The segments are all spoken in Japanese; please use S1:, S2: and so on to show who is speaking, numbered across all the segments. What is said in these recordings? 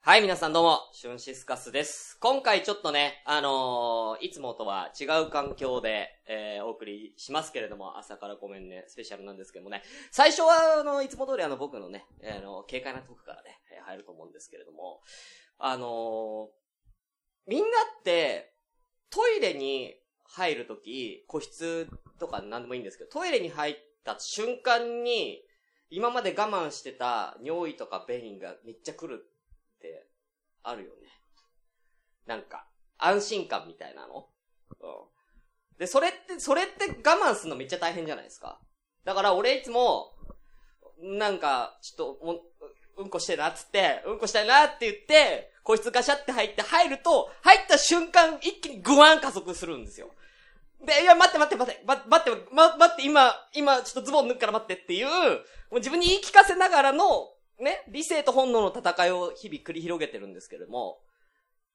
S1: はい、皆さんどうも、シュンシスカスです。今回ちょっとね、あのーいつもとは違う環境で、えーお送りしますけれども、朝からごめんね、スペシャルなんですけどもね、最初は、あの、いつも通りあの、僕のね、えーあの、軽快なトークからね、えー入ると思うんですけれども、あのーみんなって、トイレに入るとき、個室とか何でもいいんですけど、トイレに入った瞬間に、今まで我慢してた尿意とか便意がめっちゃ来るってあるよね。なんか、安心感みたいなの。うん。で、それって、それって我慢するのめっちゃ大変じゃないですか。だから俺いつも、なんか、ちょっともう、うんこしてえなっつって、うんこしたいなって言って、個室ガシャって入って入ると、入った瞬間一気にグワン加速するんですよ。で、いや、待って待って待って、ま待って、ま、待って、今、今、ちょっとズボン脱ぐから待ってっていう、もう自分に言い聞かせながらの、ね、理性と本能の戦いを日々繰り広げてるんですけれども、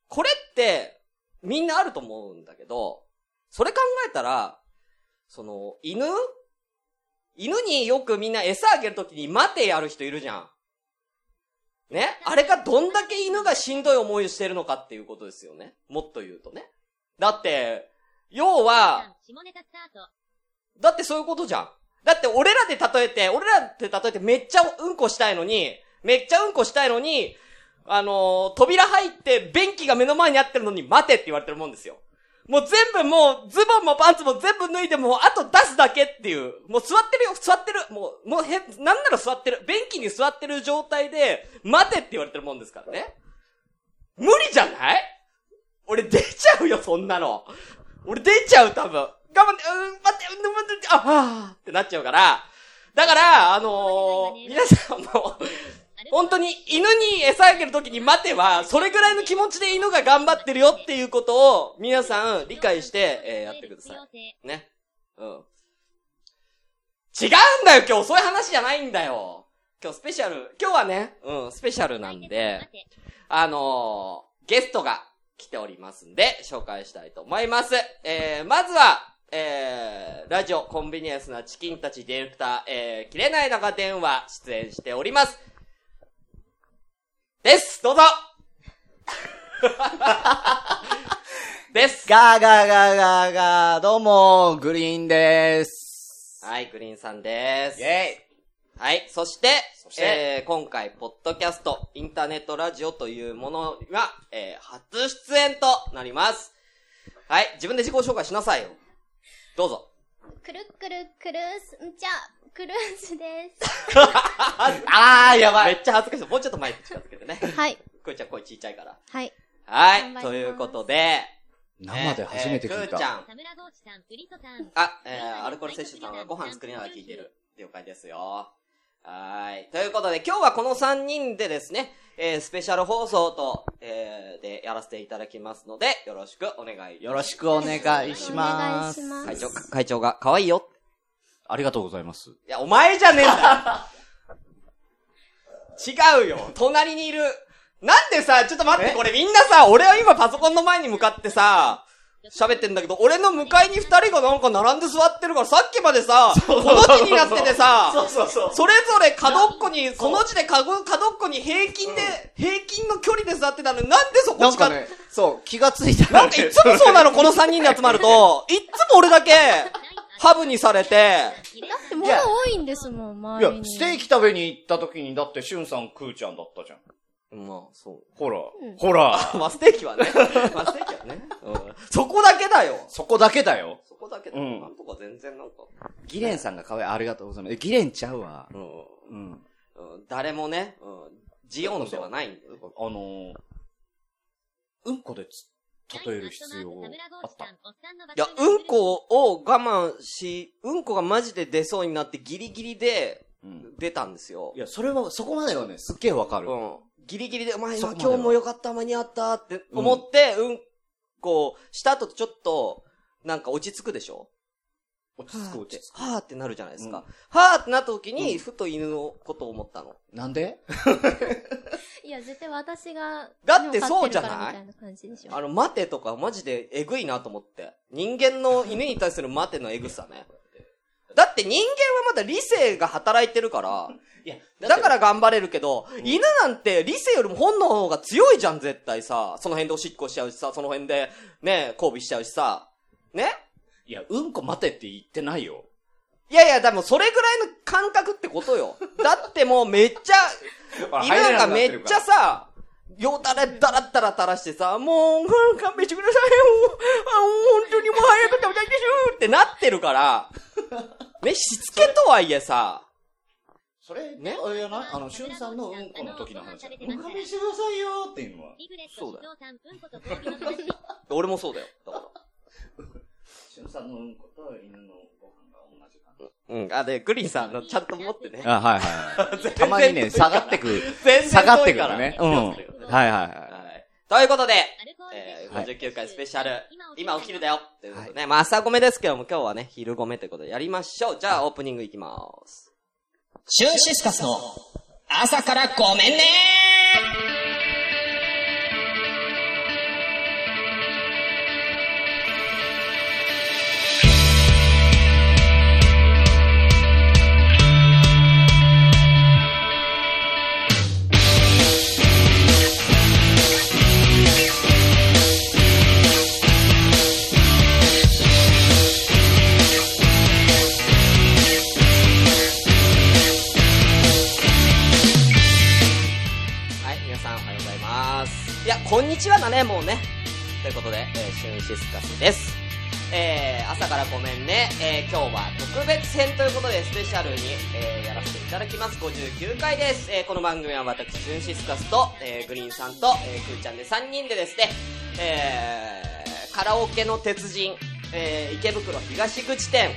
S1: これって、みんなあると思うんだけど、それ考えたら、その、犬犬によくみんな餌あげるときに待てやる人いるじゃん。ねあれがどんだけ犬がしんどい思いをしてるのかっていうことですよね。もっと言うとね。だって、要は、
S2: 下ネタスタート。
S1: だってそういうことじゃん。だって俺らで例えて、俺らで例えてめっちゃうんこしたいのに、めっちゃうんこしたいのに、あのー扉入って便器が目の前にあってるのに待てって言われてるもんですよ。もう全部もう、ズボンもパンツも全部脱いでもう、あと出すだけっていう。もう座ってるよ、座ってる。もう、もうへ、なんなら座ってる。便器に座ってる状態で、待てって言われてるもんですからね。無理じゃない俺出ちゃうよ、そんなの。俺出ちゃう、多分。我慢で、うん、待って、うん、待って、あ、はーってなっちゃうから。だから、あのー、皆さんも、本当に犬に餌あげるときに待ては、それぐらいの気持ちで犬が頑張ってるよっていうことを、皆さん理解して、えーやってくださ
S2: い。
S1: い。ね。うん。違うんだよ、今日そういう話じゃないんだよ。今日スペシャル、今日はね、うん、スペシャルなんで、あのー、ゲストが来ておりますんで、紹介したいと思います。えー、まずは、えー、ラジオコンビニエンスなチキンたちディレクター、えー、切れない中電話出演しております。ですどうぞ です
S3: ガーガーガーガーガー、どうも、グリーンでーす。
S1: はい、グリーンさんです。
S3: ェ
S1: はい。そして、
S3: して
S1: えー今回、ポッドキャスト、インターネットラジオというものが、えー初出演となります。はい。自分で自己紹介しなさいよ。どうぞ。
S4: くるくるくるす、んちゃ、くるすで す。
S1: あー、やばい。めっちゃ恥ずかしい。もうちょっと前に近づけてね。
S4: はい。
S1: くーちゃん声ちっちゃいから。
S4: はい。
S1: はい。
S4: 頑張ります
S1: ということで、ね
S3: 生で初めて聞
S1: え
S3: い
S1: ーくーちゃ
S3: た。
S1: ん。
S2: 田村ゴーチさん、ウリソさん。
S1: あ、えー、アルコール摂取さんはご飯作りながら聞いてる。了解ですよ。はーい。ということで、今日はこの3人でですね、えー、スペシャル放送と、えー、で、やらせていただきますので、よろしくお願い
S3: よろしくお願いしま。
S4: お願いしますす
S1: 会長、会長が、可愛いよ。
S3: ありがとうございます。
S1: いや、お前じゃねえんだよ違うよ隣にいる。なんでさ、ちょっと待って、
S3: え
S1: これみんなさ、俺は今パソコンの前に向かってさ、喋ってんだけど、俺の向かいに二人がなんか並んで座ってるから、さっきまでさ、この字になっててさ、
S3: うそうそう。
S1: それぞれ角っこに、この字で角角っこに平均で、平均の距離で座ってたのに、なんでそこ
S3: なん
S1: 近
S3: か
S1: く、
S3: ね、そう、気がついた
S1: なんかいつもそうなの、この3人で集まると、いっつも俺だけ、ハブにされて、
S4: だって物多いんですもん、
S3: い
S4: 周
S3: や
S4: り、に。
S3: ステーキ食べに行った時に、だって、しゅんさん、くーちゃんだったじゃん。
S1: まあ、そ
S3: ほら、
S4: ん
S3: ほら、
S1: う。 まあ、ステーキはね。まあ、ステーキはね。うん。そこだけだよ。
S3: そこだけだよ。
S1: そこだけだ
S3: だよ
S1: よ。な
S3: なんん
S1: とか全然なんか。
S3: ギレンさんが可愛い、ありがとうございます。えギレンちゃうわ。
S1: うん。
S3: うん。
S1: うん誰もね、うん。ジオンではないんでね。
S3: あのー、うんこでつ、例える必要あった。
S1: いや、うんこを我慢し、うんこがマジで出そうになってギリギリで
S3: うん。
S1: 出たんですよ
S3: い。や、それは、そこまではね、すっげえわかる。
S1: うん。ギリギリで、お前、
S3: そこ
S1: 今
S3: までは
S1: 日もよかった、間に合ったって思って、うん、こう、した後ちょっと、なんか落ち着くでしょ
S3: 落ち着く落ち着く。
S1: はぁってなるじゃないです
S3: う
S1: か。
S3: ん
S1: はぁってなった時に、ふと犬のことを思ったの。
S3: なんで
S4: いや、絶対私が。
S1: だってそうじゃない
S4: でも飼ってるからみたいな感じでしょ。
S1: あの、待てとかマジでエグいなと思って。人間の犬に対する待てのエグさね。だって人間はまだ理性が働いてるから、いや、だから頑張れるけど、
S3: ん
S1: 犬なんて理性よりも本能の方が強いじゃん、絶対さ。その辺でおしっこしちゃうしさ、その辺で、ね、交尾しちゃうしさ。ね
S3: いや、うんこ待てって言ってないよ。
S1: いやいや、でもそれぐらいの感覚ってこと よ。だってもうめっちゃ、犬なんかめっちゃさ、よだれだらだら垂らしてさ、もう、勘弁してくださいよ。あ本当にもう早く食べたいですってなってるから。ね、しつけとはいえさ、
S3: それ、
S1: ね
S3: ね、あれじゃないあの、しゅんさんのうんこの時の話だ。もう勘弁してくださいよーっていうのは。
S2: リグレッ
S1: そ
S2: ト
S1: うだ
S2: 伊藤さん、うんこと交尾の話。
S1: 俺もそうだよ。だから
S3: しゅんさんのうんこと犬のご飯が同じ感
S1: うん。あ、で、グリーンさんのちゃんと持ってね。
S5: あ、はいはい。たまにね、下がってくる。
S1: 全然
S5: 下がっ
S1: 遠
S5: て
S1: い
S5: く
S1: から
S5: るね。う。
S1: うんん。
S5: は
S1: はいい。
S5: はいは
S1: ということで、え
S2: え
S1: ー、59回スペシャル、今お昼だ
S2: よ。
S1: よということでね、まあ朝ごめですけども、今日はね、昼ごめということでやりましょう。じゃあ、オープニングいきまーす。
S6: シュンシスカスの朝からごめんね
S1: はい、皆さんおはようございます。いや、こんにちはだね、もうね。ということで、えー、シュンシスカスです。えー、朝からごめんね。えー、今日は特別編ということで、スペシャルに、えー、やらせていただきます。59回です。えー、この番組は私、シュンシスカスと、えー、グリーンさんと、えー、くーちゃんで3人でですね、えー、カラオケの鉄人、えー、池袋東口店、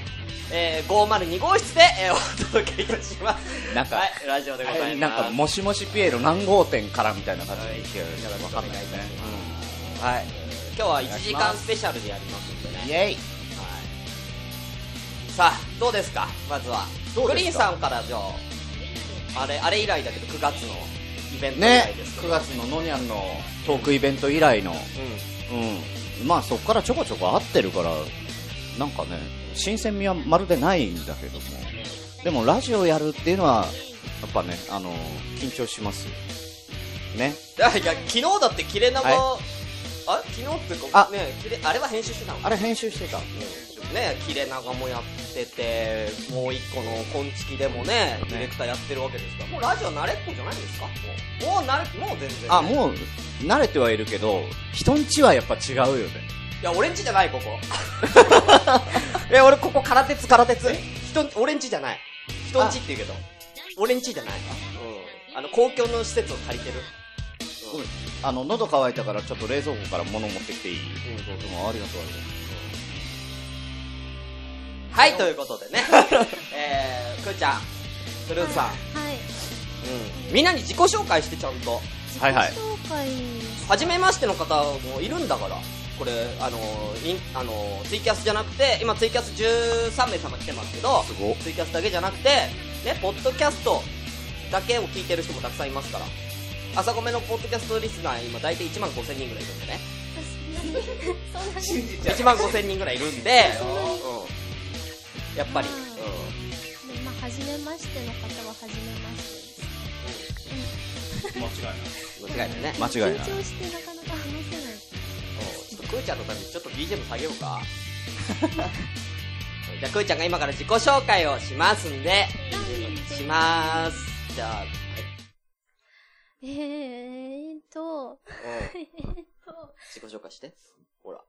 S1: えー、502号室で、えー、お届けいたします。
S5: い。なんか
S1: は、い、ラジオでございます。
S5: なんか、もしもしピエロ何号店からみたいな感じで言ってる。わかんないですね。
S1: はい。今日は1時間スペシャルでやりますんで
S5: うんイ
S1: ね。
S5: ェイ
S1: はい。さあ、どうですかまずは。
S5: どうですか
S1: グリーンさんからじゃあ、あれ、あれ以来だけど9月のイベント以来
S5: ね
S1: です、け
S5: 9
S1: ど。
S5: 月ののにゃんのトークイベント以来の。うん。まあそっからちょこちょこ会ってるから、なんかね、新鮮味はまるでないんだけども。でもラジオやるっていうのは、やっぱね、あの、緊張しますよ。ね。
S1: うん。いや、昨日だって切れ長、
S5: は
S1: あ昨日っていうか、
S5: あ
S1: ね切れ、あれは編集してたの
S5: あれ編集してた。
S1: ね切れ長もやってて、もう一個の昆虫でもね、ディレクターやってるわけですから、もうラジオ慣れっこじゃないんですかもう、もう慣れ、もう全然、
S5: あ、
S1: う。
S5: もう、慣れてはいるけど、人んちはやっぱ違うよね。
S1: いや、俺んちじゃない、こ こ。え、俺ここ空手つ空手つ。人ん、俺んちじゃない。人んちって言うけど。俺んちじゃない。うん。あの、公共の施設を借りてる。うん。
S5: あの、喉乾いたからちょっと冷蔵庫から物持ってきていい
S1: うん
S5: でもありがとう
S1: はい、ということでね。 えー、くーちゃん、くるんさん。
S4: はい。
S1: うん。みんなに自己紹介して、ちゃんと。
S5: はいはい
S4: 自己紹介。
S1: 初めましての方もいるんだから。これ、あの、イン、あの、ツイキャスじゃなくて、今ツイキャス13名様来てますけど、
S5: すご
S1: ツイキャスだけじゃなくて、ね、ポッドキャストだけを聞いてる人もたくさんいますから。朝ごめのポッドキャストリスナー今大体1万5千人ぐらいいるんでね。
S4: そんなに。
S3: じ。信じちゃう
S1: 1万5千人ぐらいいるんで、うん。やっぱり、う
S4: まあ、初めましての方は初めましてです。
S3: 間違いない。
S1: ん。間違いないね。
S5: 間違いない
S4: 緊張してなかなか話せない。
S1: うんちょっとくーちゃんのためにちょっと BGM 下げようか。 じゃあくーちゃんが今から自己紹介をしますんで、しまーす。じゃあ、はい。
S4: えーっと、
S1: うん
S4: えーっと、
S1: 自己紹介して。ほら。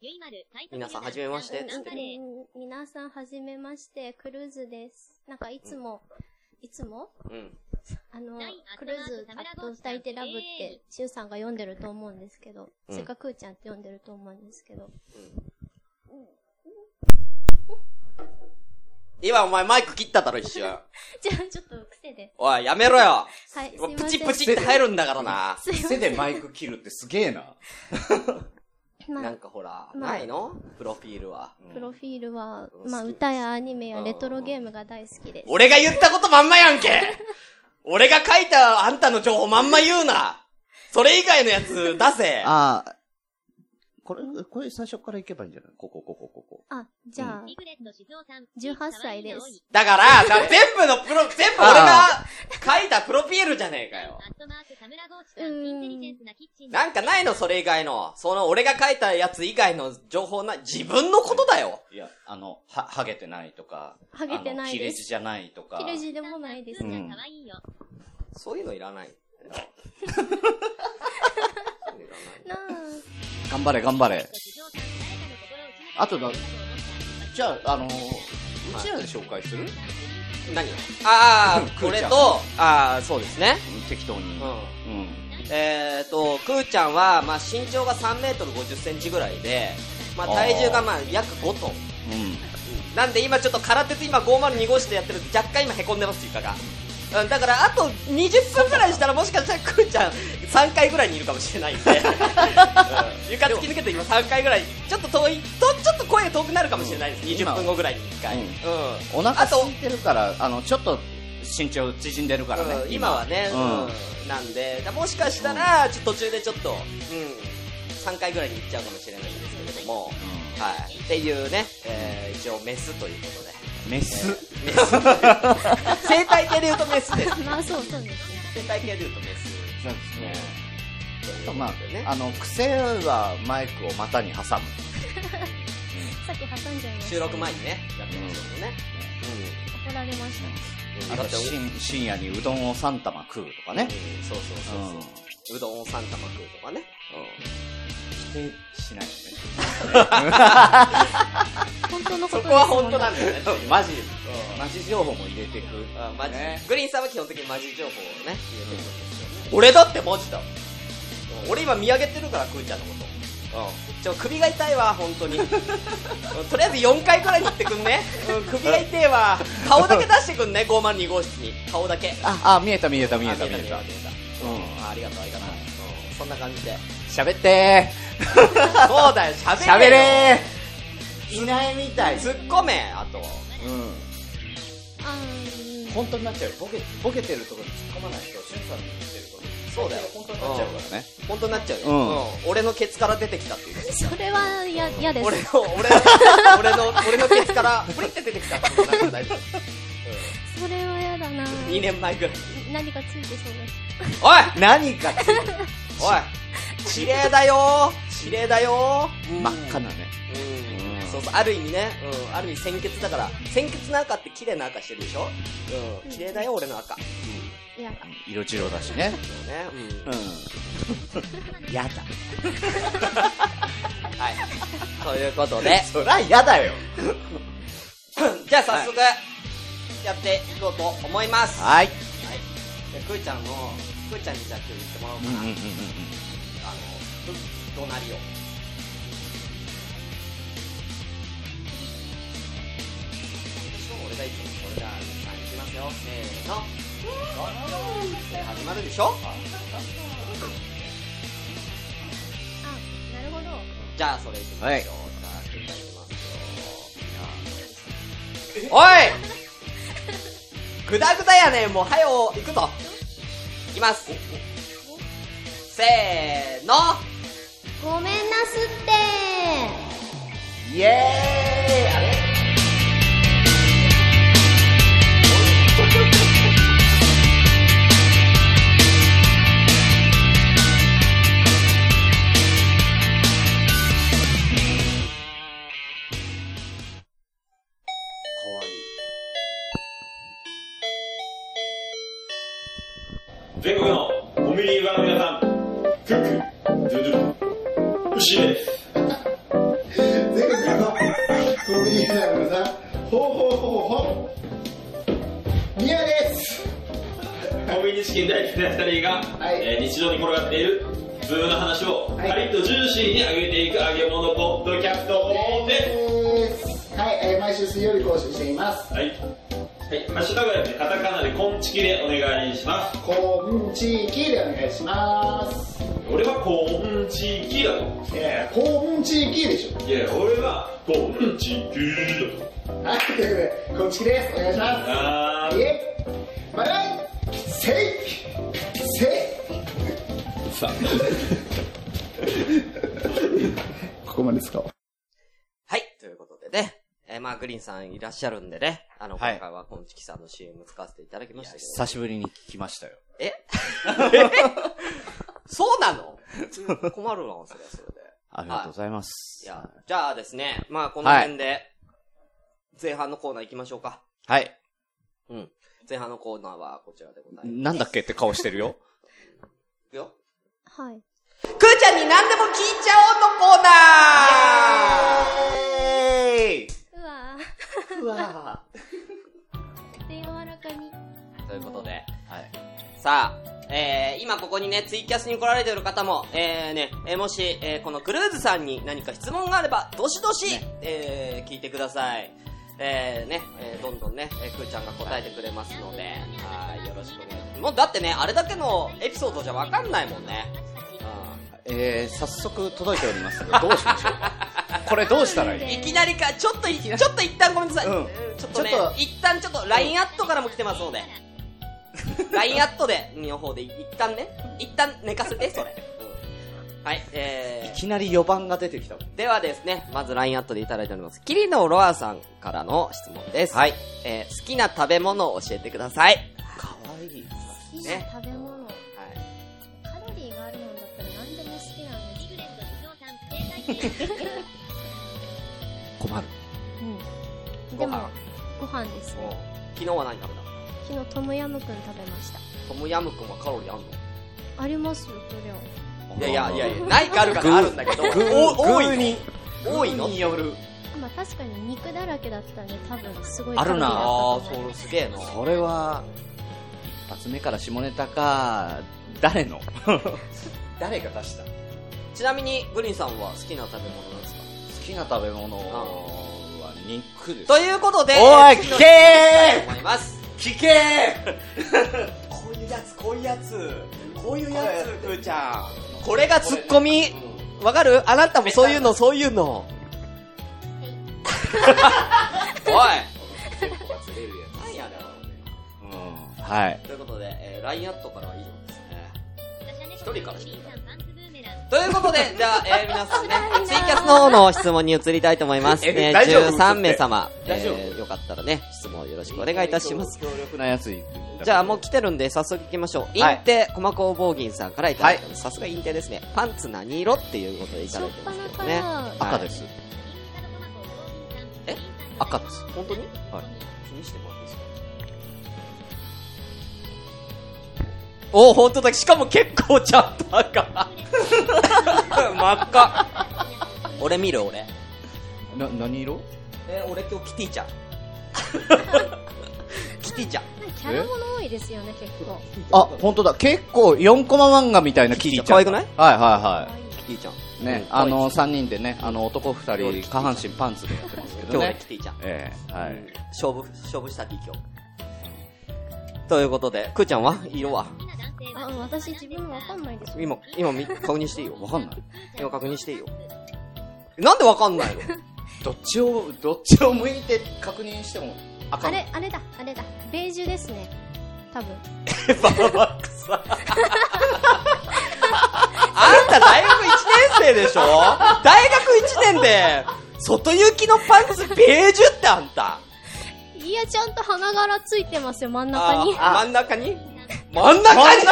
S1: 皆
S2: 皆
S1: さ
S2: さ
S1: ん
S2: ん、
S1: は
S2: は
S1: じ
S2: じ
S1: めま
S2: めま
S1: し
S2: してて。
S4: なん
S1: っ
S4: か
S1: て
S4: ね、皆さんはじめまして、クルーズです。なんかいつも、いつも
S1: うん。
S4: あの、クルーズあと歌い手ラブって、シュウさんが読んでると思うんですけど、
S1: うん
S4: せっかくーちゃんって読んでると思うんですけど、
S1: 今お前マイク切っただろ、一瞬。
S4: じゃあちょっと癖で。
S1: おい、やめろよ
S4: はい、すいません。
S1: プチプチって入るんだからな。
S4: すいませ
S5: 癖
S4: ん。
S5: でマイ ク切るってすげえな。
S4: ま
S1: な
S4: あ
S1: ん、かほら、
S4: まあ
S1: ないのプロフィールは。
S4: プロフィールは、
S1: うん
S4: まあ、
S1: 好き
S4: 歌やアニメやレトロゲームが大好きです。
S1: 俺が言ったことまんまやんけ俺が書いたあんたの情報まんま言うなそれ以外のやつ出せ
S5: ああ、これ、これ最初から行けばいいんじゃないここ、ここ、ここ。
S4: あ、じゃあ、
S2: 18
S4: 18歳
S2: 歳
S4: で
S2: ですす。
S1: だから、だから全部のプロ、全部俺
S5: あ
S1: が書いたプロフィールじゃねえかよ。なんかないのそれ以外の。その俺が書いたやつ以外の情報ない。自分のことだよ。
S5: いや、あの、は、はげてないとか。
S4: ハゲてない
S5: あの切れ
S4: で
S5: 字
S4: す。
S5: じゃないとか。
S4: 切れ字でもないです。
S5: うん
S1: そういうのいらない。
S4: なあ、
S5: 頑張れ、頑張れ。あとだじゃあ、あの、うちらで紹介する、
S1: 何ああ、
S5: く
S1: こ
S5: ー
S1: れ
S5: ちゃん
S1: と、ああ、そうですね。
S5: 適当に。
S1: うん。
S5: うん。
S1: えーと、くーちゃんは、まあ、身長が3メートル50センチぐらいで、まあ、体重がまあ、約5トン。
S5: うん。
S1: なんで今ちょっと空手で今502号室でやってるんで若干今へこんでます床が。うん、だからあと20分ぐらいしたらもしかしたらくーちゃん3回ぐらいにいるかもしれないんで、うん床突き抜けて今3回ぐらいちょっと遠いとちょっと声遠くなるかもしれないです、
S5: うん
S1: 20分後ぐらいに1回、
S5: う
S1: うんん
S5: お腹空いてるから、あの、ちょっと身長縮んでるからね。
S1: うん今はね、
S5: う
S1: うんんなんでだもしかしたらちょっと途中でちょっと、うん、3回ぐらいに行っちゃうかもしれないんですけれども、はい、っていうね、えー一応メスということで
S5: うんメス。
S1: メス生態系で言うとメスです
S4: まあそう、そうですね。
S1: 生態系で言うとメス
S5: そうですね。ちょっとまあ
S1: ね、
S5: あの、癖はマイクを股に挟む。
S4: さっき挟んじゃいました。
S1: 収録前にねやってますもんね
S4: 怒られました。
S1: うん
S5: あ
S1: だっ
S5: と
S1: てうん
S5: 深深夜にうどんを3玉食うとかね。
S1: そうそう
S5: う
S1: そうそううどんを3玉食うとかね
S5: ん。否定しないよね。
S4: 本当のこ
S1: そ
S4: とです
S1: こは本当なんだよねマジ
S5: マジ情報も入れていく。
S1: あマジ
S5: ね
S1: グリーンさんは基本的にマジ情報をね俺だってマジだ俺今見上げてるからくーちゃんのことうんちょ首が痛いわ本当 にうんとりあえず4回くらいに行ってくんね、うん、首が痛いわ顔だけ出してくんね502号室に顔だけ
S5: あ、あ、見えた見えた見えた
S1: あ
S5: 見えた。
S1: 見えた
S5: うん。
S1: あありがとうありがとう、うんそんな感じで
S5: 喋って
S1: そうだよ喋
S5: ー喋
S1: れよ
S5: れーいないみたい。
S1: 突っ込めあと
S5: うん。
S4: あーうん
S5: 本当になっちゃうよボケボケてるところに突っ込まないとしゅんさんに言ってること
S1: そうだよ
S5: 本当になっちゃうからね
S1: 本当になっちゃうよ、
S5: う
S1: うんん俺のケツから出てきたっていう
S4: それはや嫌です。
S1: 俺の 俺の俺の俺のケツからプリって出てきたってことなんか大丈夫
S4: それは嫌だな
S1: 2年前ぐらい
S4: 何かついてそうだし。
S1: おい
S5: 何 か
S1: おい綺麗だよ綺麗だよ
S5: 真っ赤なね
S1: うん
S5: うん
S1: そうそうある意味ね、うん、ある意味鮮血だから鮮血の赤って綺麗な赤してるでしょ、うん、綺麗だよ俺の赤、
S4: いや、
S5: 色白だしね
S1: そうね、うん
S5: うんやだ
S1: はいということで
S5: そりゃやだよ
S1: じゃあ早速、やっていこうと思います。はい。
S5: はい
S1: じゃあくーちゃんの、くーちゃんにじゃあ今日言ってもらおう
S5: う
S1: か
S5: んう
S1: な。
S5: んうんうん
S1: あの、ど、どなりを。俺がいつも、俺が、さあ、いきますよ。せーの。で始まるでしょ
S4: あ、なるほど。
S1: じゃあ、それいきましょう。
S5: はい
S1: じゃあ、くーちゃんいきますよ。おいぐだぐだやねん、もう、はよ、行くぞ。いきます。せーの。
S4: ごめんなすって
S5: イエーイ
S7: 全国のコメディーバーの皆さん、クック、ドゥドゥ、牛です。
S8: 全国のコンビニーの皆さん、ほうほうほうほう。ミヤです。
S7: コンビニチキン大好きな二人が、
S8: はい
S7: えー日常に転がっている普通の話を、カリッとジューシーに揚げていく揚げ物ポッドキャストです。
S8: はい、えー毎週水曜日更新しています。
S7: はい。はい、ハッシュタグはですね、カタカナでコンチキでお願いします。
S8: コンチキでお願いします。
S7: 俺はコンチキだと。
S8: いやいやコンチキでし
S7: いや、俺はコンチキだと。
S8: ょ。はい、ということで、コンチキです。お願いしま
S7: あ
S8: す。
S7: ー
S8: イエイバイバイせいせいさあ。ここまでですか
S1: はい、ということでね。ええーまあ、グリーンさんいらっしゃるんでね、あの、今
S5: はい
S1: 回はコンチキさんの CM 使わせていただきましたけど。
S5: 久しぶりに聞きましたよ。
S1: そうな の困るな、それはそれで。
S5: ありがとうございます。
S1: いや、じゃあですね、まあ、この辺で、前半のコーナー行きましょうか。
S5: はい。
S1: うん。前半のコーナーはこちらでございま
S5: なんだっけって顔してるよ。
S1: すよ。
S4: はい。
S1: くーちゃんに何でも聞いちゃおうのコーナー
S4: うわ
S1: うわ
S4: ー。で、柔らかに。
S1: ーということで、
S5: はい。
S1: さあ、えー、今ここにね、ツイキャスに来られてる方も、えー、ね、えーもし、えーこのクルーズさんに何か質問があれば、どしどし、えー、聞いてください。えー、ね、えーどんどんね、えーくーちゃんが答えてくれますので、はい、よろしくお願いします。もうだってね、あれだけのエピソードじゃわかんないもんね。う
S5: えー、早速届いておりますので、どうしま しょうか。これどうしたらいい
S1: んいきなりか、ちょっとい、ちょっと一旦ごめんなさい。
S5: うん
S1: ちょっとね、
S5: ちょっと
S1: 一旦ちょっと LINE アットからも来てますので、LINE アットで、の方で、一旦ね、一旦寝かせて、それ。うんはい、え
S5: い
S1: ー、
S5: きなり4番が出てきたもん。
S1: ではですね、まず LINE アットでいただいております。キリノロアさんからの質問です。はい。えー、好きな食べ物を教えてください。
S5: かわいい。
S4: 好きな食べ物。
S1: はい。
S4: カロリーがあるもんだったら何でも好きなんですけど。
S5: 困る。
S4: うん。
S1: ご
S4: でも
S1: 飯。、
S4: ご飯ですね。
S1: 昨日は何食べ
S4: 昨日トムヤムクン食べました。
S1: たトムヤムクンはカロリーあんの
S4: ありますよ、これ
S1: いやいやいやいや、ないかあるかなあるんだけど、
S5: グー
S1: お
S5: グー
S1: 多いの
S5: に
S1: 多いの
S5: による。
S4: まあ確かに肉だらけだったんで、多分すごい
S5: あるな
S1: ああ、
S4: カロリーだったと思います
S1: そう、すげえな。
S5: それは、一発目から下ネタか、誰 の誰が出した好
S1: ちなみに、グリーンさんは好きな食べ物なんですか
S5: きな食べ物は肉です。
S1: ということで、
S5: おい
S1: 次
S5: 聞
S1: の質問に行き
S5: け
S1: たいと思います。
S5: 聞け
S1: こういうやつ、こういうやつ、こういうやつ、ふーちゃん。これがツッコミ。わかるあなたもそういうの、そういう の。おい。何やね
S5: うん、はい。
S1: んということで、えー、LINE アットからは以上ですね。
S2: 一人からして
S1: ということで、じゃあ、えー、皆さんね、ツイキャスの方の質問に移りたいと思います。えー、13名様、え
S5: 大丈夫
S1: ー、よかったらね、質問よろしくお願いいたします。
S5: 強力なやつい
S1: じゃあもう来てるんで早速行きましょう。
S5: はい
S1: インテ、駒工房銀さんからいただいてます。さすがインテですね。パンツ何色っていうことでいただいてますけどね。。
S4: 初っ端
S5: 赤ですす。
S2: え
S5: 赤です。
S1: 本当に
S5: はい。
S1: 気にしてもらっていいですかおー、本当だ。しかも結構ちゃんと赤。 真っ赤。 俺見る俺。
S5: な、何色
S1: えー俺今日キティちゃん。キティちゃん。
S4: なんかキャラもの多いですよね、結構。
S5: あ、本当だ。結構4コマ漫画みたいなキティちゃん。
S1: 可愛くない
S5: はいは
S4: 可愛い
S1: キティちゃん。
S5: いはい。ね、
S1: うん
S5: あの、3人でね、あの、男2
S1: うん
S5: 人、下半身パンツでやってますけ
S1: 今日
S5: ど
S1: ね
S5: ね、。
S1: キティちゃん。
S5: ええ、は
S1: うん
S5: い。
S1: 勝負、勝負したって今日。ということで、くーちゃんは色は
S4: あ、うん私自分わかんないです。
S1: 今、今み確認していいよ。
S5: わかんない。
S1: 今確認していいよ。なんでわかんないの
S5: どっちを、どっちを向いて確認しても、
S4: あれ、あれだ、あれだ。ベージュですね。多分。
S1: ババックさん。あんた大学1年生でしょ大学1年で、外行きのパンツベージュってあんた。
S4: いや、ちゃんと花柄ついてますよ、真ん中に。
S1: あ真ん中に真ん中に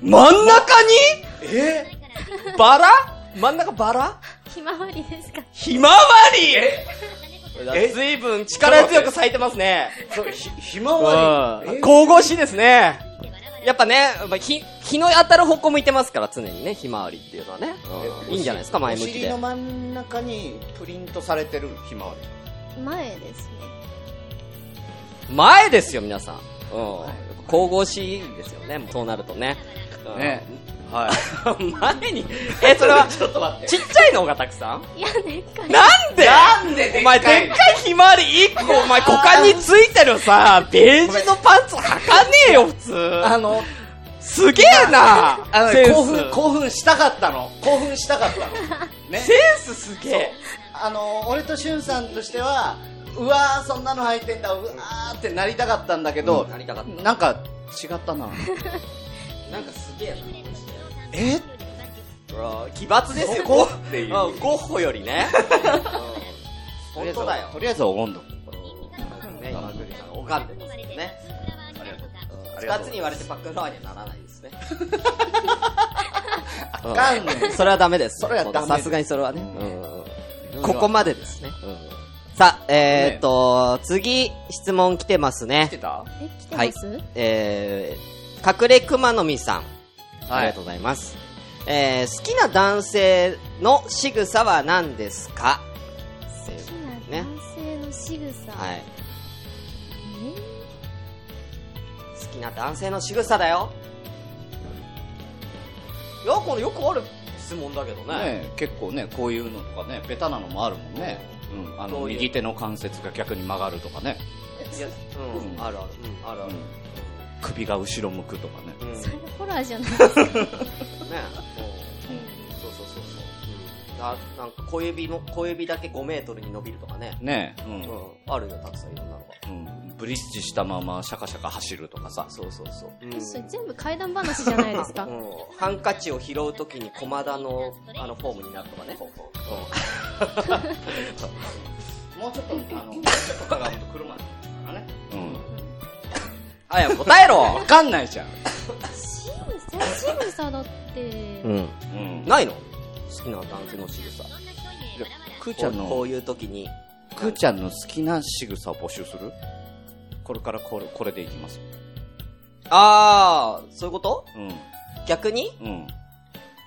S1: 真ん中にえバラ真ん中バラ
S4: ひまわりですか。
S1: ひまわりえ、ずいぶん力強く咲いてますね。
S5: そう、ひ、ひま
S1: うん。
S5: え
S1: 神々しいですね。やっぱね、まあ日、日の当たる方向向いてますから、常にね、ひまわりっていうのはね。うんいいんじゃないですか、前向
S5: お
S1: き
S5: 尻
S1: で
S5: の。真ん中にプリントされてるひまわり。
S4: 前ですね。
S1: 前ですよ、皆さん。うん。神々しいんですよね、もうそうなるとね。うん
S5: ね。はい。
S1: 前に、え、それは、
S5: ちょっと待っ て。
S1: ちっちゃいのがたくさん
S4: いや、でっかい。
S1: なんで
S5: なんでで
S1: お前、でっかいひまわり1個、お前、股間についてるさ、ベージュのパンツ履かねえよ、普
S5: あ
S1: 通。
S5: の、
S1: すげえな
S5: あの
S1: センス
S5: 興奮、興奮したかったの。興奮したかったの。ね。
S1: センスすげえ。
S5: あの、俺としゅんさんとしては、うわー、そんなの履いてんだ、うわーってなりたかったんだけど、
S1: なりたかっ
S5: なんか違っ
S1: た。
S5: たな。
S1: なんかすげえな。
S5: え
S1: うわ奇抜ですよ、ゴッホよりね。
S5: とりあえ
S1: 本
S5: ず
S1: 当だよ
S5: とりあえずおごんど。
S1: ね、今、グリさんが拝んでますね。二つに言われてバックフラワーにはならないですね。あ
S5: かんねん
S1: それはダメです。
S5: それはダメで
S1: さ
S5: す
S1: すがにそれはね。
S5: うん
S1: ここまでですね。さあ、えー、っと、次、質問来てますね。
S5: た
S4: え、来てます、
S1: えー、隠れ熊の実さん。
S5: はい
S1: ありがとうございます。えー、好きな男性の仕草は何ですか
S4: 好きな男性の仕草。
S1: はい。
S4: え
S1: 好きな男性の仕草だよ。いや、これよくある質問だけどね。
S5: ね結構ね、こういうのとかね、ベタなのもあるもんね。うん、あ
S1: そ
S5: の、
S1: ういう
S5: 右手の関節が逆に曲がるとかね。
S1: いや、うん、あるある。うん、あるある。
S5: 首が後ろ向くとかね。
S1: うん、ね
S4: そ れホラーじゃない
S1: そうそうそうそう。うん、ななんか小指の、小指だけ5メートルに伸びるとかね。
S5: ねえ、う。
S1: うんん、あるよ、たくさんいろんなのが。
S5: うんブリッジしたままシャカシャカ走るとかさ。そうそうそう。
S1: うん
S4: それ全部怪談話じゃないですか。
S1: うん、ハンカチを拾うときに駒田のあのフォームになるとかね。
S5: もうちょっと、あの、ちょっとかがると車だね。うん。
S1: あや、答えろ
S5: わかんないじゃん。
S4: シグサ、シグサだって、
S1: ん。
S5: うん。
S1: ないの好きな男性の仕草。
S5: くーちゃん
S1: こ
S5: の
S1: う、いう時に。
S5: くーちゃんの好きな仕草を募集するこれからこれ、これでいきます。
S1: あー、そういうこと
S5: う
S1: 逆に
S5: ん。うん。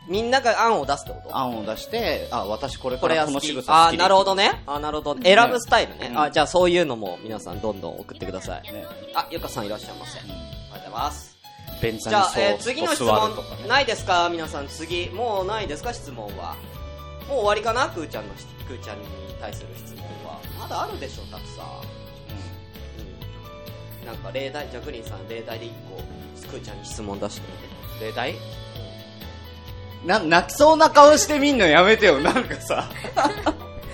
S1: みんなが案を出すってこと
S5: 案を出して、あ、私これ
S1: こ
S5: か
S1: れ
S5: ら
S1: は
S5: こ
S1: 好
S5: の
S1: き
S5: 仕。草好
S1: あ
S5: き
S1: ー、
S5: で
S1: なるほどね。あー、なるほど。選ぶスタイルね。
S5: うん
S1: あー、じゃあそういうのも皆さんどんどん送ってください。
S5: ね。
S1: あ、ゆかさんいらっしゃいませ。あり
S5: う
S1: がとうございます。
S5: ん。便座
S1: じゃ
S5: に
S1: あ、
S5: そう
S1: えー次の質問
S5: 座るとかね。
S1: ないですか皆さん次。もうないですか質問は。もう終わりかなくーちゃんのし、くーちゃんに対する質問は。まだあるでしょ、たくさん。うん。なんか例題、ジャグリーンさん例題で一個、くーちゃんに質問出してみて。
S5: 例題な、泣きそうな顔してみんのやめてよ、なんかさ。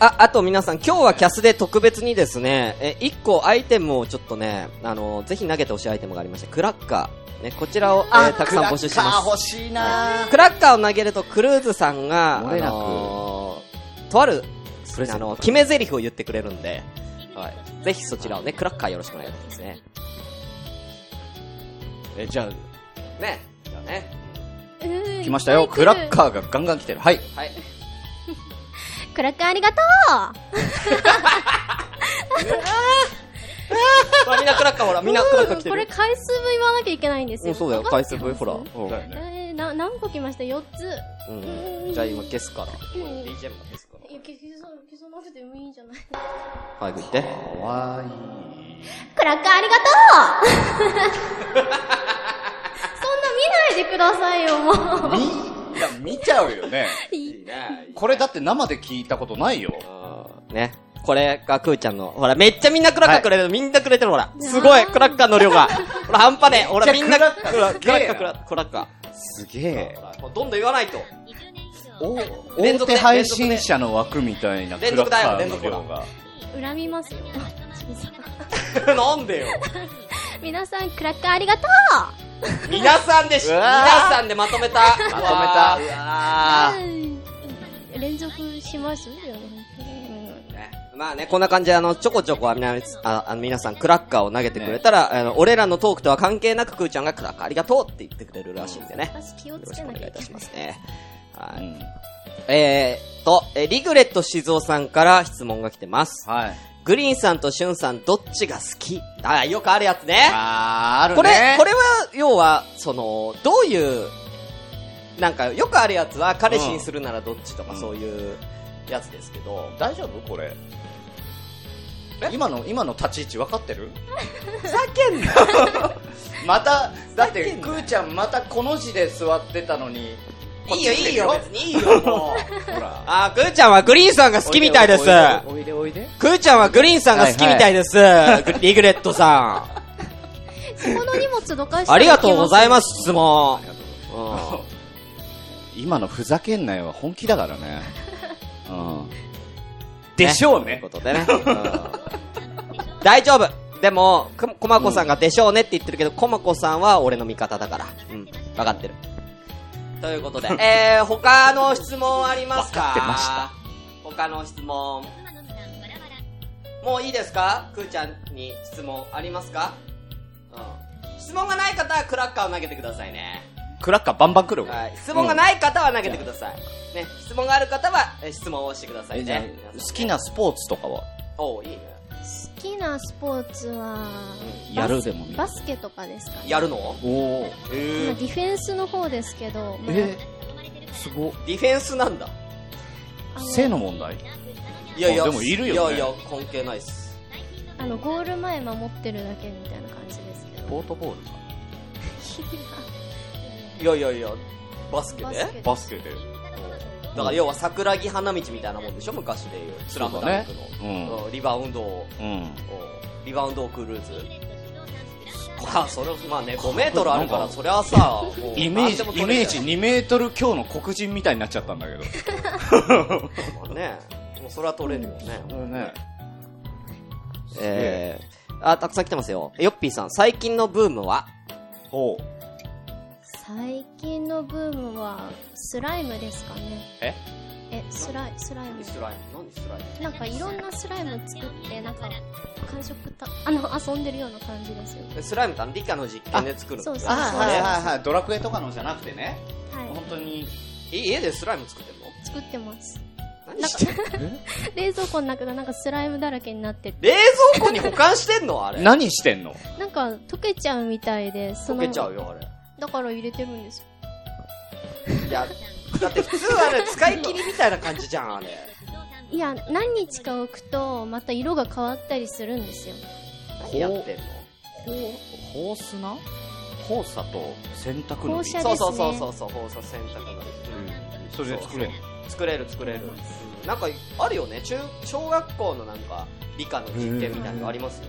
S1: あ、あと皆さん、今日はキャスで特別にですね、え、一個アイテムをちょっとね、あの、ぜひ投げてほしいアイテムがありまして、クラッカー。ね、こちらを、えーたくさん募集して
S5: あ、
S1: ま
S5: 欲しいな
S1: す。クラッカーを投げると、クルーズさんが、あ
S5: 漏れなく
S1: のーとある、あの、決め台詞を言ってくれるんで、はい。ぜひそちらをね、クラッカーよろしくお願いしますね。
S5: え、じゃあ、
S1: ね。じゃあね。
S4: うん
S5: 来ましたよ。クラッ
S4: ー。
S5: カーがガンガン来てる。はい。
S1: はい。
S4: クラッカーありがと
S1: ほらみんなクラッカーほら、
S4: う
S1: みんなクラッカー来て
S4: これ
S1: る。
S4: 回数分言わなきゃいけないんです
S1: う
S4: よ。
S1: ん、そうだよ、
S4: わかっ
S1: 回数分、ほら。う
S5: よね
S4: えー、な、何個来ました ?4 つ。
S1: ん。うんじゃあ今消すから。
S4: ん
S1: BGM も消すか
S4: いや、消消さ消さなくてもいいんじゃない
S1: ら。早く行って。
S5: かわいい。
S4: クラッカーありがとうそんな見ないでくださいよ、もう。
S5: み、いや、見ちゃうよね。
S1: いいね。
S5: これだって生で聞いたことないよ。
S1: ね。これがくーちゃんの、ほら、めっちゃみんなクラッカーくれる、みんなくれてる、ほら。すごい、クラッカーの量が。ほら、半端ねえ。ほら、みんな、クラッカー、クラッカー、クラッカー、クラッカ
S5: すげえ。
S1: ー。もうどんどん言わない と。
S5: お
S1: 連
S5: 大
S1: 続で
S5: 手配信者の枠みたいな
S1: 連
S5: ク
S1: 続
S5: ラッ
S1: だよ
S5: カーの量が。
S4: 恨みますよ。ちびさん
S1: なんでよ。
S4: 皆さん、クラッカーありがと
S1: 皆さんでし、
S5: うわ
S1: 皆
S5: ー
S1: さんでまとめた。まとめ
S5: た
S1: うわ
S4: ううん連続しますよね。
S1: ーねまあね、こんな感じで、あの、ちょこちょこあみな、ああの皆さんクラッカーを投げてくれたら、あの、俺らのトークとは関係なく、くーちゃんがクラッカーありがとうって言ってくれるらしいんでね。よ
S4: 私気をつ
S1: ろし
S4: け
S1: くお
S4: なき
S1: 願
S4: ゃ
S1: いい
S4: いけ
S1: た
S4: ない
S1: し。ますね。
S5: う
S1: はい。
S5: ん
S1: えー、っと、えーリグレット静雄さんから質問が来てます。
S5: はい。
S1: グリーンさんとシュンさんどっちが好きあー、よくあるやつね。
S5: あー、あるね。
S1: これ、これは、要は、その、どういう、なんか、よくあるやつは、彼氏にするならどっちとか、
S5: うん
S1: そういうやつですけど、
S5: 大丈夫これ。今の、今の立ち位置分かってる
S1: ふざけんな
S5: また、だっ
S1: ふざ
S5: て
S1: け、んな
S5: くーちゃんまたこの字で座ってたのに。
S1: いいよ、いいよ、別
S5: こ
S1: にいいよ、もう。
S5: っち来てるよ。ほら。
S1: あー、くーちゃんはグリーンさんが好きみたいです。
S5: おいでおいで。
S1: くーちゃんはグリーンさんが好きみたいです。グリグレットさ ん。
S4: この荷物どかして。
S1: ありがとうございますす、質問。うん
S5: 今のふざけんなよは本気だからね。うん。
S1: ね
S5: でしょうね
S1: という。ことでね。大丈夫でも、くコマコさんがでしょうねって言ってるけど、コマコさんは俺の味方だから。うん。わかってる。という ことで、えー、他の質問ありますか
S5: わかってました
S1: 他の質問。もういいですかくーちゃんに質問ありますかうん。質問がない方はクラッカーを投げてくださいね。
S5: クラッカーバンバン来る
S1: はい。質問がない方は投げてください。ね、質問がある方はえ質問をしてくださ
S5: え
S1: い
S5: じゃあ
S1: ね。
S5: 好きなスポーツとかは
S1: おういいね。
S4: 好きなスポーツは、
S5: やるでも見る
S4: バスケとかですかね。
S1: やるの
S5: おおー
S4: ま
S1: へ
S4: あディフェンスの方ですけど、まあ
S5: えすごっ
S1: ディフェンスなんだ。
S4: あの
S5: 性の問題
S1: いやいや、
S5: あでもいるよね
S1: いやいや、関係ないっす。
S4: あの、ゴール前守ってるだけみたいな感じですけど。
S5: ポートボールか
S1: いやいやいや、バスケで
S4: ケ
S5: バスケで
S1: だから要は桜木花道みたいなもんでしょ昔でいう。スラムダンクの。
S5: うん
S1: うんリバウンドを、
S5: うん
S1: うんリバウンドをクルーズ。まあ、それ、まあね、5メートルあるか
S5: なん
S1: ら、
S5: か
S1: そりゃさ、もう
S5: イメー
S1: 何でも取
S5: ジ、イ
S1: れ
S5: メ
S1: る
S5: ージ2メートル強の黒人みたいになっちゃったんだけ
S1: ま
S5: ど。
S1: あね。もうそれは取れるよね。
S5: ね。
S1: えー、あ、たくさん来てますよ。ヨッピーさん、最近のブームは
S5: ほ
S4: 最近のブームは、スライムですかね。
S5: え
S4: え、スライ、スライム
S1: 何。スライム何スライム
S4: なんかいろんなスライム作って、なんか、感触た、あの、遊んでるような感じですよ。
S1: えスライムってあの理科の実験で作るの
S4: そうそう
S5: あ
S4: あ
S5: は
S4: はいい
S5: はいはい。ドラクエとかのじゃなくてね。
S4: はい。
S5: 当に。
S1: え家でスライム作ってんの
S4: 作ってます。
S1: 何してんの
S4: 冷蔵庫の中がなんかスライムだらけになってて、
S1: 冷蔵庫に保管してんのあれ。
S5: 何してんの
S4: なんか溶けちゃうみたいで、そ
S1: 溶
S4: の、
S1: けちゃうよ、あれ。
S4: だから入れてるんですよ。
S1: いや、だって普通あれ使い切りみたいな感じじゃん、あれ。
S4: いや、何日か置くと、また色が変わったりするんですよ。
S1: 何やってんの
S5: 放砂放砂と洗濯の
S4: 放
S5: り
S4: 射
S1: そ
S4: で
S1: う
S4: す
S1: そうそう
S4: ね
S1: そ。うそう、放射線とかの。
S5: それで作れる
S1: 作れる作れる。なんか、あるよね。中、小学校のなんか、理科の実験みたいなのありますよ。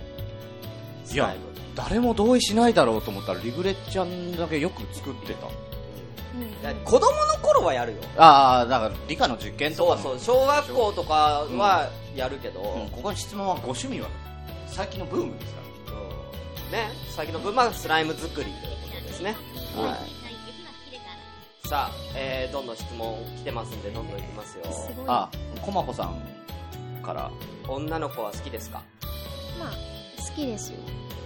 S1: スライム。
S5: 誰も同意しないだろうと思ったらリグレちゃんだけよく作ってた
S4: うん
S1: うん子供の頃はやるよ。
S5: ああだから理科の実験と
S1: そ
S5: か
S1: う
S5: も
S1: そう、小学校とかはやるけど、
S5: うんここの質問はご趣味は最近のブームですか
S1: うんね、最近の分はスライム作りということですね。はい。さあ、えー、どんどん質問来てますんで、どんどんいきますよ。
S4: すごい。
S5: あコマホさんから
S1: 女の子は好きですか
S4: まあ、好きですよ。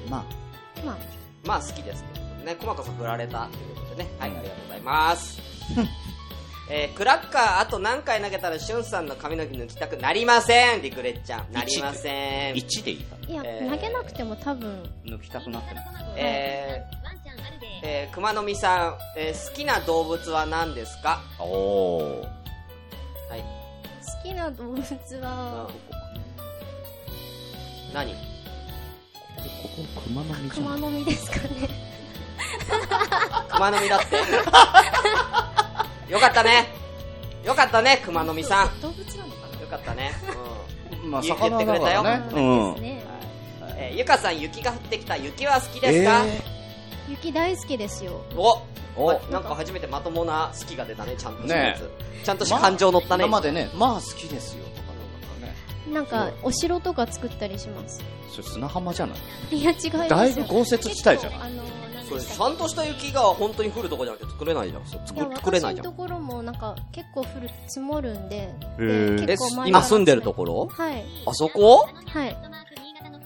S5: ま
S4: まあ、
S1: まあ好きですけどね。コマコさん振られたということでね。はい、ありがとうござい ます。えー、クラッカーあと何回投げたらしゅんさんの髪の毛抜きたくなりませんリクレッちゃん。なりませ
S5: あ
S1: ん。
S5: 1でいいか
S4: いや、
S1: えー
S4: 投げなくても多分、
S5: 抜きたくなってます
S1: えー、えー、熊野美さん、えー、好きな動物は何ですか
S5: おおー
S1: はい。
S4: 好きな動物は、
S1: 何
S5: ここ熊の実
S4: 熊の実ですかね。
S1: 熊の実 だって。よかったね。よかったね、熊の実さん。
S4: 動物なのかな
S1: よかったね。
S5: まあ
S1: 言って
S5: 魚
S1: くれた
S5: だか
S1: よ
S5: ら
S4: まあ
S5: ね
S4: です
S1: うん
S4: ね。
S1: はいえーゆかさん、雪が降ってきた。雪は好きですか、
S5: え
S4: 雪大好きですよ。
S1: お
S5: お
S1: あなんか初めてまともな好きが出たね、ちゃんとしたやつ。
S5: ね
S1: ちゃんとした感情乗ったね。
S5: 今までねまあ好きですよとかなんかね
S4: なんか、お城とか作ったりします。
S5: それ砂浜じゃない
S4: いや、違いますよ。
S5: だいぶ豪雪地帯じゃない
S4: 結構あの、なん
S1: そ
S4: で
S1: う
S4: したっ
S1: ち
S4: け
S1: ゃんとした雪が本当に降るとこじゃなくて作れないじゃん。そう
S4: い
S1: 作
S4: や
S1: 作れ
S4: 私
S1: ないじ
S4: の
S1: ゃん
S4: と。ころもなんか結構降る積もるんで、で
S5: ー
S1: え
S4: 結構、前
S1: 今住んでると
S4: こ
S1: ころ
S4: はい
S1: あそこ
S4: はい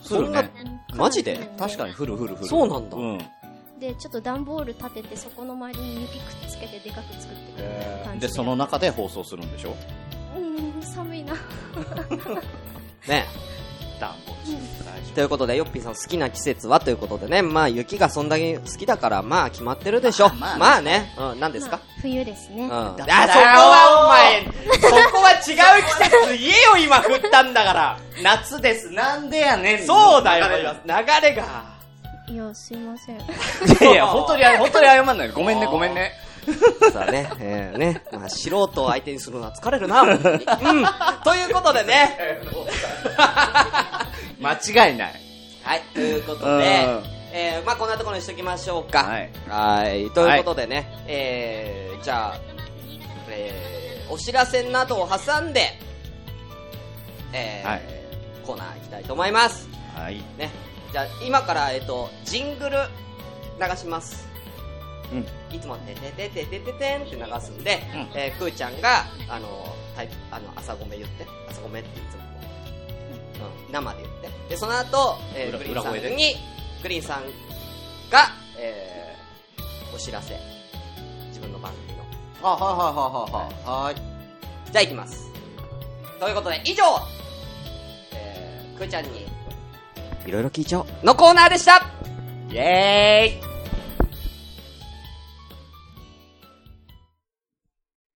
S1: そんな
S5: 降る、
S1: マジで
S5: 確かに降る降る降る
S1: そうなんだ
S5: うん
S4: でちょっと段ボール立ててそこの周りに雪くっつけてでかく作ってくれたいな感じ
S5: でその中で放送するんでしょ
S4: うん寒いな
S1: ね。
S5: 暖房大
S1: ということで、ヨッピーさん好きな季節はということでね、まあ雪がそんだけ好きだから、まあ決まってるでしょ。
S5: ま
S1: ま
S5: あ
S1: あ、
S5: ま
S1: ね。うん、何ですか、
S4: まあ冬ですね
S1: うん。
S5: だ
S1: あ、そこはお前、そこは違う季節言えよ、今振ったんだから。夏です。
S5: 夫なんでやねん
S1: そうだよ、流れが。
S4: いやすいません
S5: いやいや本当にあれ本当に謝んないごめんねごめんね
S1: さあね、えー、ね、まあ素人を相手にするのは疲れる な、本当にうん。ということでね、
S5: 間違いない
S1: はい、ということ
S5: うん
S1: で、えー、まあこんなところにしときましょうか。
S5: はい。
S1: はい、ということでね、えー、じゃあ、えー、お知らせなどを挟んで、えー
S5: はい
S1: コーナー行きたいと思います。
S5: はい
S1: ね。じゃあ、今から、えっ、と、ジングル、流します。
S5: うん
S1: いつも、てててててててんって流すんで、
S5: うん
S1: えー、くーちゃんが、あの、タイあの、朝ごめ言って、朝ごめっていつも。生で言って。で、その後、えー
S5: 裏
S1: グリーンさ
S5: 裏声で
S1: んに、グリーンさんが、えーお知らせ。自分の番組の。
S5: あ、はいはいはいはいはい。はーい。
S1: じゃあ行きます。ということで、以上、えー、くーちゃんに、いろいろ聞いちゃおう。のコーナーでしたイェーイ